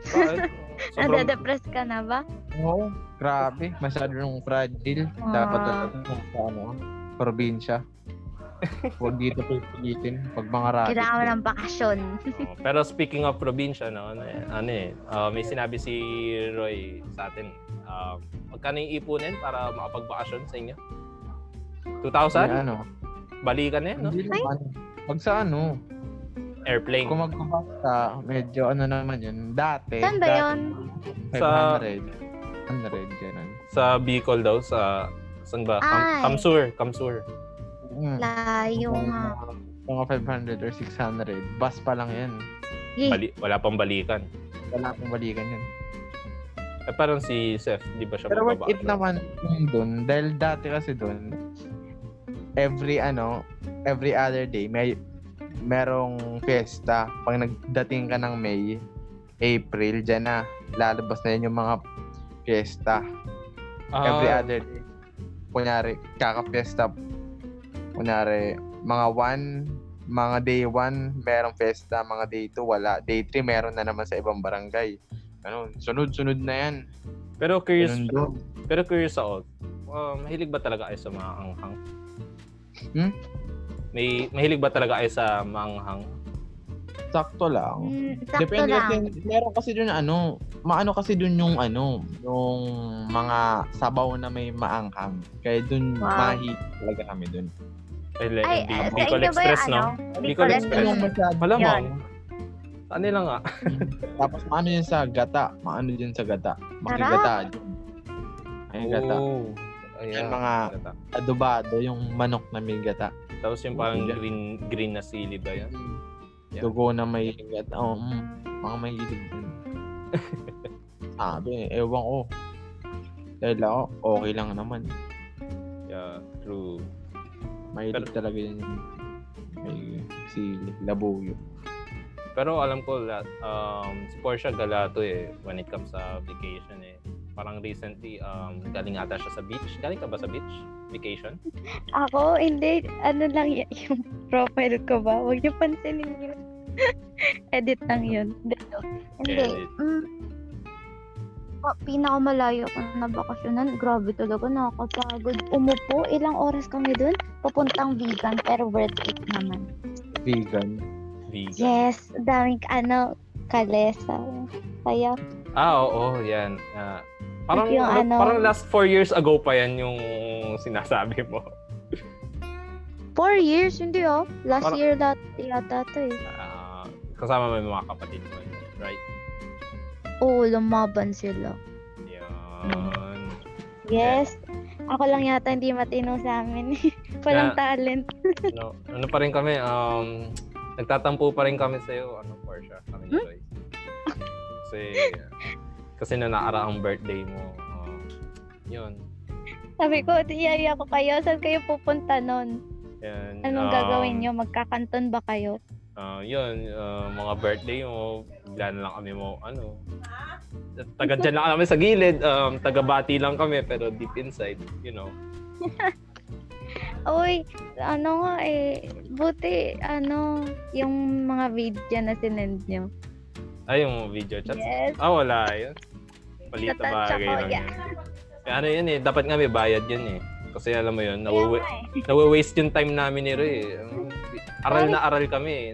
[SPEAKER 1] Bakit? Sobrang,
[SPEAKER 2] Nade-depress ka na ba?
[SPEAKER 3] Oo, grabe. Masyado nung fragile. Dapat
[SPEAKER 2] Ah.
[SPEAKER 3] talaga kung sa ano, probinsya. Huwag dito pipilitin. Pag mga
[SPEAKER 1] Ah,
[SPEAKER 3] rabbit.
[SPEAKER 2] Kailangan mo ng bakasyon.
[SPEAKER 1] Oh, pero speaking of probinsya, no, ano, eh, ano eh, uh, may sinabi si Roy sa atin, um, magkano yung ipunin para makapagbakasyon sa inyo?
[SPEAKER 3] May
[SPEAKER 1] 2,000?
[SPEAKER 3] ano?
[SPEAKER 1] Balikan na yan, no?
[SPEAKER 3] Hindi naman. Pag sa ano,
[SPEAKER 1] Airplane.
[SPEAKER 3] kung magkumpasa, medyo ano naman yun. Dati.
[SPEAKER 2] Saan ba
[SPEAKER 3] dati,
[SPEAKER 2] yun?
[SPEAKER 3] 500. 100, ganun.
[SPEAKER 1] Sa Bicol daw, sa... Saan ba? Kam-
[SPEAKER 2] Ay.
[SPEAKER 1] Kamsur. Kamsur. Ah.
[SPEAKER 3] Mm.
[SPEAKER 2] Layo nga.
[SPEAKER 3] Mga 500 or 600. Bus pa lang yan.
[SPEAKER 2] Yay.
[SPEAKER 1] Bali, wala pang balikan.
[SPEAKER 3] Wala akong balikan yan.
[SPEAKER 1] Eh, parang si Seth, di ba siya
[SPEAKER 3] Pero worth
[SPEAKER 1] magbaba?
[SPEAKER 3] it naman yung dun. Dahil dati kasi dun, every ano, every other day, may merong fiesta. Pag nagdating ka ng May, April, dyan na. Lalabas na yun yung mga fiesta.
[SPEAKER 1] Ah,
[SPEAKER 3] Every other day. Kunyari, kaka-fiesta. Kunyari, mga one, mga day one, merong fiesta. Mga day two, wala. Day three, meron na naman sa ibang barangay. Ganun. Sunod-sunod na yan.
[SPEAKER 1] Pero curious,
[SPEAKER 3] Ganun dun.
[SPEAKER 1] pero curious ako. Um, mahilig ba talaga kayo sa mga anghang?
[SPEAKER 3] Hmm?
[SPEAKER 1] May, mahilig ba talaga kayo sa manghang?
[SPEAKER 3] Sakto lang.
[SPEAKER 2] Mm, sakto
[SPEAKER 3] Depende
[SPEAKER 2] lang.
[SPEAKER 3] kasi, meron kasi dun ano, maano kasi dun yung ano, yung mga sabaw na may maangkang. Kaya dun
[SPEAKER 2] Wow.
[SPEAKER 3] mahi talaga kami dun.
[SPEAKER 1] Ay,
[SPEAKER 2] Ay,
[SPEAKER 1] Bi-
[SPEAKER 2] eh,
[SPEAKER 1] Bicol
[SPEAKER 2] sa inyo ba yung
[SPEAKER 1] Express,
[SPEAKER 2] ano?
[SPEAKER 1] no?
[SPEAKER 2] Bicol
[SPEAKER 1] Bicol
[SPEAKER 2] Express.
[SPEAKER 1] Express. Malamang. Ano lang nga.
[SPEAKER 3] Tapos maano yun sa gata, maano dyan sa gata.
[SPEAKER 2] Sarap.
[SPEAKER 3] Makigata dyan. Ay, gata.
[SPEAKER 1] Oo. Ayan.
[SPEAKER 3] Yung mga-
[SPEAKER 1] Gata.
[SPEAKER 3] Adobado, yung manok na may gata.
[SPEAKER 1] Tapos yung parang
[SPEAKER 3] Yeah.
[SPEAKER 1] green, green na sili ba yan? Yeah.
[SPEAKER 3] Dugo na may gata. Oo, mm, mga may hilig dun. Sabi, ewan ko. Dahil ako, okay lang naman.
[SPEAKER 1] Yeah, true.
[SPEAKER 3] Mahilig talaga yun. May si Labuyo.
[SPEAKER 1] Pero alam ko, lahat, um, si Portia galato eh, when it comes sa vacation eh. Parang recently, um, galing ata siya sa beach. Galing ka ba sa beach? Vacation?
[SPEAKER 2] Ako, hindi. Ano lang y- yung profile ko ba? Huwag niyo pansinin yun. Edit lang yun. Dito. Hindi.
[SPEAKER 1] Edit.
[SPEAKER 2] Mm, pa, pinakamalayo ko na bakasyonan. Grabe talaga. Nakakapagod. Umupo. Ilang oras kami dun. Papuntang vegan. Pero worth it naman.
[SPEAKER 3] Vegan.
[SPEAKER 1] Vegan.
[SPEAKER 2] Yes. Daming ano. Kalesa. Saya.
[SPEAKER 1] Ah, oo, yan. Ah, parang,
[SPEAKER 2] Yung
[SPEAKER 1] ano,
[SPEAKER 2] ano-
[SPEAKER 1] parang last four years ago pa yan yung sinasabi mo.
[SPEAKER 2] Four years. Hindi oh. Last
[SPEAKER 1] Parang-
[SPEAKER 2] year that yata to eh.
[SPEAKER 1] Ah, kasama mo yung mga kapatid mo. Right?
[SPEAKER 2] Oo. Lumaban sila.
[SPEAKER 1] Yan.
[SPEAKER 2] Yes. Ako lang yata hindi matino sa amin.
[SPEAKER 1] Na-
[SPEAKER 2] Walang talent.
[SPEAKER 1] ano, ano pa rin kami, um, nagtatampo pa rin kami sa'yo, ano, Portia, kami ni
[SPEAKER 2] Hmm?
[SPEAKER 1] Joy. Kasi, kasi na nakaraang birthday mo, um, yun.
[SPEAKER 2] Sabi ko, iyaya ko kayo. Saan kayo pupunta nun?
[SPEAKER 1] And,
[SPEAKER 2] Anong
[SPEAKER 1] um,
[SPEAKER 2] gagawin nyo? Magkakanton ba kayo?
[SPEAKER 1] ah, yun, ah, mga birthday mo, bigla na lang kami mo, ano, taga dyan lang kami sa gilid, um, taga-bati lang kami, pero deep inside, you know.
[SPEAKER 2] Uy, ano nga eh. Buti, ano, yung mga video na sinend nyo.
[SPEAKER 1] Ay, yung video chat.
[SPEAKER 2] Yes.
[SPEAKER 1] Ah, wala yun. Maliit na
[SPEAKER 2] Natansya
[SPEAKER 1] bagay
[SPEAKER 2] ko,
[SPEAKER 1] lang
[SPEAKER 2] yeah.
[SPEAKER 1] yun. Kaya ano yun eh, dapat nga may bayad yun eh. Kasi alam mo yun,
[SPEAKER 2] Kaya
[SPEAKER 1] nawawi,
[SPEAKER 2] nga eh.
[SPEAKER 1] nawawaste yung time namin ni Roy. eh. Aral na aral kami. eh.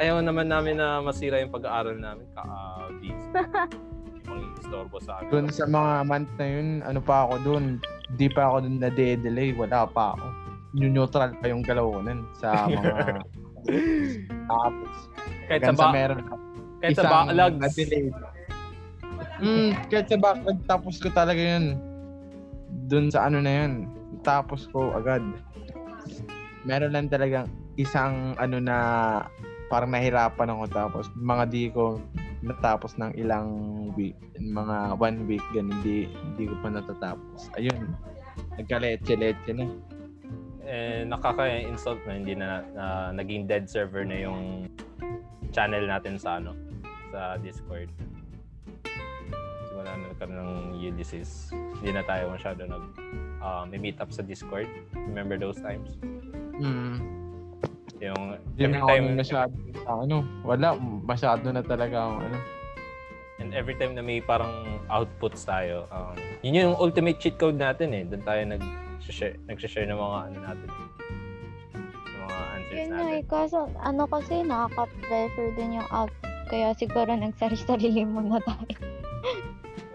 [SPEAKER 1] Ayaw naman namin na masira yung pag-aaral namin. ah, Ka-busy. Ibang istorbo sa amin.
[SPEAKER 3] Doon sa mga month na yun, ano pa ako doon, di pa ako doon na-delay, wala pa ako. Yung neutral pa yung galaw ko nun sa mga tapos.
[SPEAKER 1] kahit sa, ba-
[SPEAKER 3] meron
[SPEAKER 1] kahit sa
[SPEAKER 3] isang
[SPEAKER 1] backlogs.
[SPEAKER 3] na-delayed. Mm, kahit sa backlog, tapos ko talaga yun. Doon sa ano na yun, tapos ko agad. Meron lang talagang isang ano na parang nahirapan ako tapos mga di ko natapos ng ilang week, mga one week ganun, di, di ko pa natatapos. Ayun, nagka-leche-leche na.
[SPEAKER 1] Eh, nakaka-insult na hindi na, na naging dead server na yung channel natin sa ano sa Discord. Simula na nagkaroon ng Ulysses. Hindi na tayo masyado nag uh, may meet up sa Discord. Remember those times?
[SPEAKER 3] Mm.
[SPEAKER 1] Yung
[SPEAKER 3] Yung
[SPEAKER 1] Hmm. every
[SPEAKER 3] ako
[SPEAKER 1] time
[SPEAKER 3] masyado, ano, wala, masyado na talaga ako, ano.
[SPEAKER 1] and every time na may parang outputs tayo. Um, yun yung ultimate cheat code natin eh. Doon tayo nag share nag-share ng mga ano natin. eh. Ng mga answers
[SPEAKER 2] Yun nga
[SPEAKER 1] natin.
[SPEAKER 2] eh. Kaso, ano kasi, nakaka-pressure din yung out. Kaya siguro nagsari-sarili muna tayo.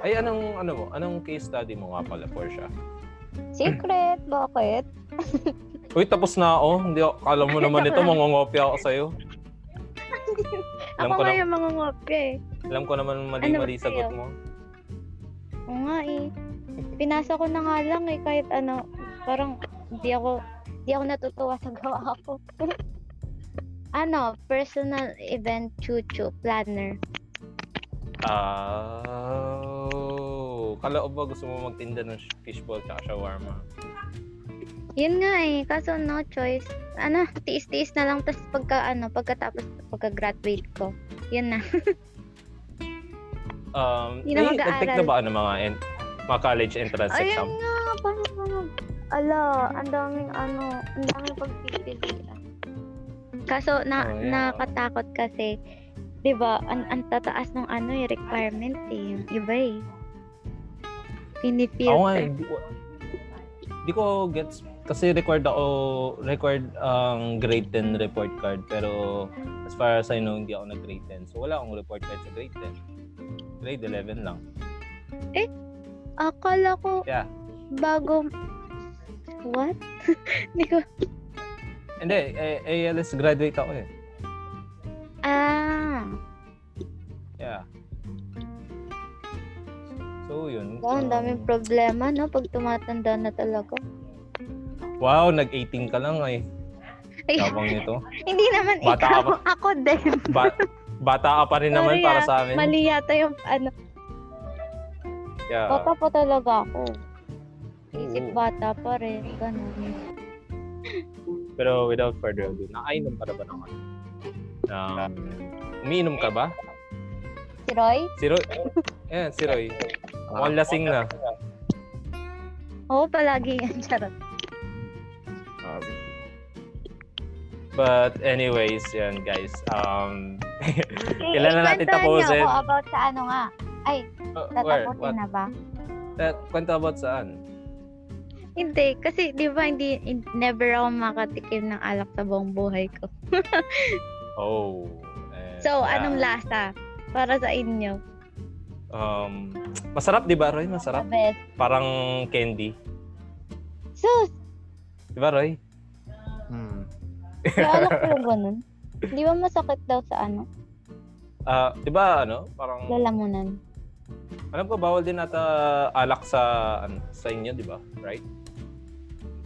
[SPEAKER 1] Ay anong ano mo? Anong case study mo nga pala Portia?
[SPEAKER 2] Secret, bakit?
[SPEAKER 1] Uy, tapos na ako. Hindi ako, kala mo naman ito, mangungopia ako sa'yo. Alam
[SPEAKER 2] Ako
[SPEAKER 1] ko na-
[SPEAKER 2] nga yung mga ngopya eh.
[SPEAKER 1] Alam ko naman mali-mali
[SPEAKER 2] Ano ba
[SPEAKER 1] sagot
[SPEAKER 2] sa'yo?
[SPEAKER 1] mo.
[SPEAKER 2] Oo nga eh. Pinasa ko na nga lang eh, kahit ano, parang di ako, di ako natutuwa sa gawa ko. ano, personal event chuchu planner.
[SPEAKER 1] Ah, oh, kala ko ba gusto mo magtinda ng fishball tsaka shawarma?
[SPEAKER 2] Yun nga eh, kaso no choice. Ano, tiis-tiis na lang, tas pagka ano, pagkatapos, pagka-graduate ko. Yun na.
[SPEAKER 1] Um,
[SPEAKER 2] Hindi na
[SPEAKER 1] eh, nag-take
[SPEAKER 2] mag-aaral.
[SPEAKER 1] na ba ano, mga, en- mga college entrance
[SPEAKER 2] Ayun
[SPEAKER 1] exam?
[SPEAKER 2] nga, parang ano, ala, ang daming ano, ang daming pagpipilian. Kaso, na,
[SPEAKER 1] Oh, yeah.
[SPEAKER 2] nakatakot kasi, di ba, ang, ang tataas ng ano, eh, requirement eh, yung iba eh.
[SPEAKER 1] Ako nga, eh.
[SPEAKER 2] Pinifilter.
[SPEAKER 1] hindi ko, hindi ko gets. Kasi required ako, required ang grade 10 report card. Pero as far as I know, hindi ako nag-grade 10. So wala akong report card sa grade 10. Grade 11 lang.
[SPEAKER 2] Akala ko,
[SPEAKER 1] Yeah.
[SPEAKER 2] bago, what? Hindi ko,
[SPEAKER 1] Hindi, eh, ALS graduate ako eh.
[SPEAKER 2] ah,
[SPEAKER 1] Yeah. So yun.
[SPEAKER 2] wow, ang daming
[SPEAKER 1] um,
[SPEAKER 2] problema, no, pag tumatanda na talaga.
[SPEAKER 1] Wow, nag-18 ka lang eh.
[SPEAKER 2] Ay,
[SPEAKER 1] Yabang nito.
[SPEAKER 2] hindi naman
[SPEAKER 1] Bata
[SPEAKER 2] ikaw,
[SPEAKER 1] ka
[SPEAKER 2] ako din.
[SPEAKER 1] Ba- bata ka pa rin naman
[SPEAKER 2] Sorry,
[SPEAKER 1] para
[SPEAKER 2] ah.
[SPEAKER 1] sa amin.
[SPEAKER 2] Mali yata yung, ano,
[SPEAKER 1] Yeah.
[SPEAKER 2] Bata pa talaga ako.
[SPEAKER 1] Ah. Oo.
[SPEAKER 2] Isip bata pa rin. Ganun.
[SPEAKER 1] Pero without further ado, nakainom ka na ba naman? Um, umiinom ka ba?
[SPEAKER 2] Si Roy?
[SPEAKER 1] Si Roy. Ayan, si Roy. Mukhang lasing na.
[SPEAKER 2] Oo, palagi yan. Charot.
[SPEAKER 3] Sabi.
[SPEAKER 1] But anyways, yan guys. Um, Kailan na natin
[SPEAKER 2] Ikwentuhan niyo
[SPEAKER 1] tapusin?
[SPEAKER 2] ako about sa ano nga.
[SPEAKER 1] uh, where?
[SPEAKER 2] Tatapusin
[SPEAKER 1] What?
[SPEAKER 2] na ba?
[SPEAKER 1] That, kwento about saan?
[SPEAKER 2] Hindi. Kasi di ba hindi, hin- never ako makatikim ng alak sa buong buhay ko.
[SPEAKER 1] Oh. eh,
[SPEAKER 2] So,
[SPEAKER 1] yeah.
[SPEAKER 2] anong lasa? Para sa inyo.
[SPEAKER 1] Um, masarap, di ba, Roy?
[SPEAKER 2] The
[SPEAKER 1] Masarap.
[SPEAKER 2] best.
[SPEAKER 1] Parang candy.
[SPEAKER 2] Sus!
[SPEAKER 1] Di ba, Roy?
[SPEAKER 3] Hmm.
[SPEAKER 2] May alak pala ganun. Di ba masakit daw sa ano?
[SPEAKER 1] Ah, di ba, ano? Parang...
[SPEAKER 2] Lalamunan.
[SPEAKER 1] Alam ko, bawal din nata alak sa ano, sa inyo, di ba? Right?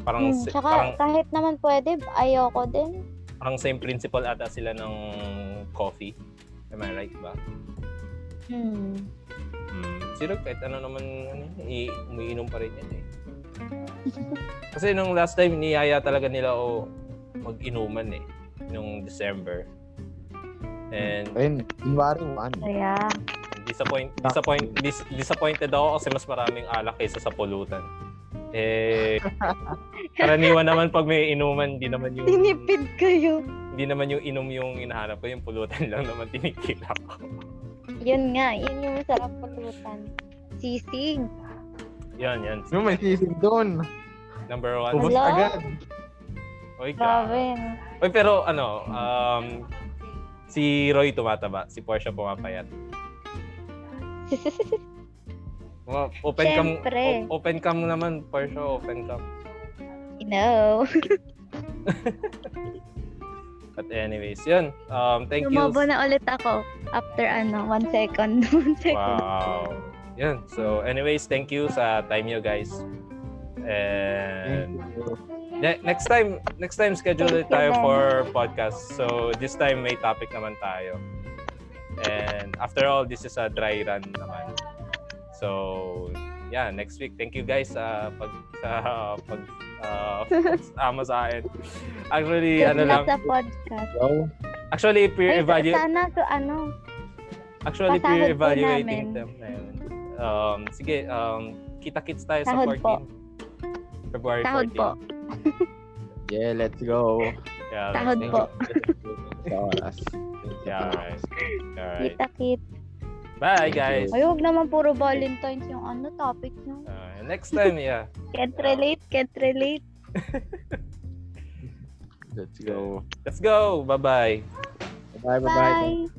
[SPEAKER 1] Parang,
[SPEAKER 2] Hmm.
[SPEAKER 1] si- parang,
[SPEAKER 2] Tsaka kahit naman pwede, ayoko din.
[SPEAKER 1] parang same principle ata sila ng coffee. Am I right ba?
[SPEAKER 2] Hmm.
[SPEAKER 1] Mm. Sino kahit ano naman, ano, yun, i- umiinom pa rin yan eh. Kasi nung last time, niyaya talaga nila o mag-inuman eh. Nung December. And
[SPEAKER 3] Ayun, January 1.
[SPEAKER 2] Kaya,
[SPEAKER 1] disappoint, disappoint, dis- disappointed ako kasi mas maraming alak kaysa sa pulutan. Eh, karaniwan naman pag may inuman, di naman yung...
[SPEAKER 2] tinipid kayo.
[SPEAKER 1] Hindi naman yung inom yung hinahanap ko, yung pulutan lang naman tinikita ko.
[SPEAKER 2] Yun nga, yun yung masarap pulutan. Sisig.
[SPEAKER 1] Yan, yan.
[SPEAKER 3] Yung may sisig doon.
[SPEAKER 1] Number one.
[SPEAKER 3] Ubus
[SPEAKER 2] Hello?
[SPEAKER 3] agad.
[SPEAKER 1] Oy, grabe.
[SPEAKER 2] Grabe.
[SPEAKER 1] Oy, pero ano, um, si Roy tumataba, si Portia pumapayat. Wow, open cam,
[SPEAKER 2] Siyempre.
[SPEAKER 1] o- open cam naman, Portia, open cam.
[SPEAKER 2] you know.
[SPEAKER 1] But anyways, yun. Um, thank
[SPEAKER 2] Lumobo
[SPEAKER 1] you.
[SPEAKER 2] na ulit ako after ano, one second. one second.
[SPEAKER 1] Wow. Yun. So, anyways, thank you sa time nyo, guys. And
[SPEAKER 3] Thank you.
[SPEAKER 1] Ne- next time, next time schedule it
[SPEAKER 2] Thank you,
[SPEAKER 1] tayo
[SPEAKER 2] Ben.
[SPEAKER 1] for podcast. So this time may topic naman tayo. And after all, this is a dry run naman. So yeah, next week. Thank you guys sa pag sa pag uh, sama sa akin. Actually,
[SPEAKER 2] Good
[SPEAKER 1] ano
[SPEAKER 2] luck
[SPEAKER 1] lang.
[SPEAKER 2] sa podcast.
[SPEAKER 3] Yo.
[SPEAKER 1] Actually,
[SPEAKER 2] Ay,
[SPEAKER 1] peer evaluate
[SPEAKER 2] sana to ano.
[SPEAKER 1] actually
[SPEAKER 2] pasahod po
[SPEAKER 1] peer evaluating
[SPEAKER 2] namin.
[SPEAKER 1] them. Ayun. Um, sige, um, kita-kits tayo sa
[SPEAKER 2] Sahod
[SPEAKER 1] 14.
[SPEAKER 2] po.
[SPEAKER 1] February 14.
[SPEAKER 2] Sahod po.
[SPEAKER 3] Yeah, let's go.
[SPEAKER 1] Yeah,
[SPEAKER 2] Sahod
[SPEAKER 1] thank
[SPEAKER 2] po.
[SPEAKER 1] you.
[SPEAKER 3] Sa oras.
[SPEAKER 1] Yeah, alright. Alright.
[SPEAKER 2] Kita kit.
[SPEAKER 1] Bye, guys.
[SPEAKER 2] Ay, huwag naman puro Valentine's yung ano, topic nyo.
[SPEAKER 1] Uh, next time, yeah.
[SPEAKER 2] Can't relate, can't relate.
[SPEAKER 3] Let's go.
[SPEAKER 1] Let's go. Bye-bye.
[SPEAKER 3] Bye-bye. bye-bye.
[SPEAKER 2] Bye.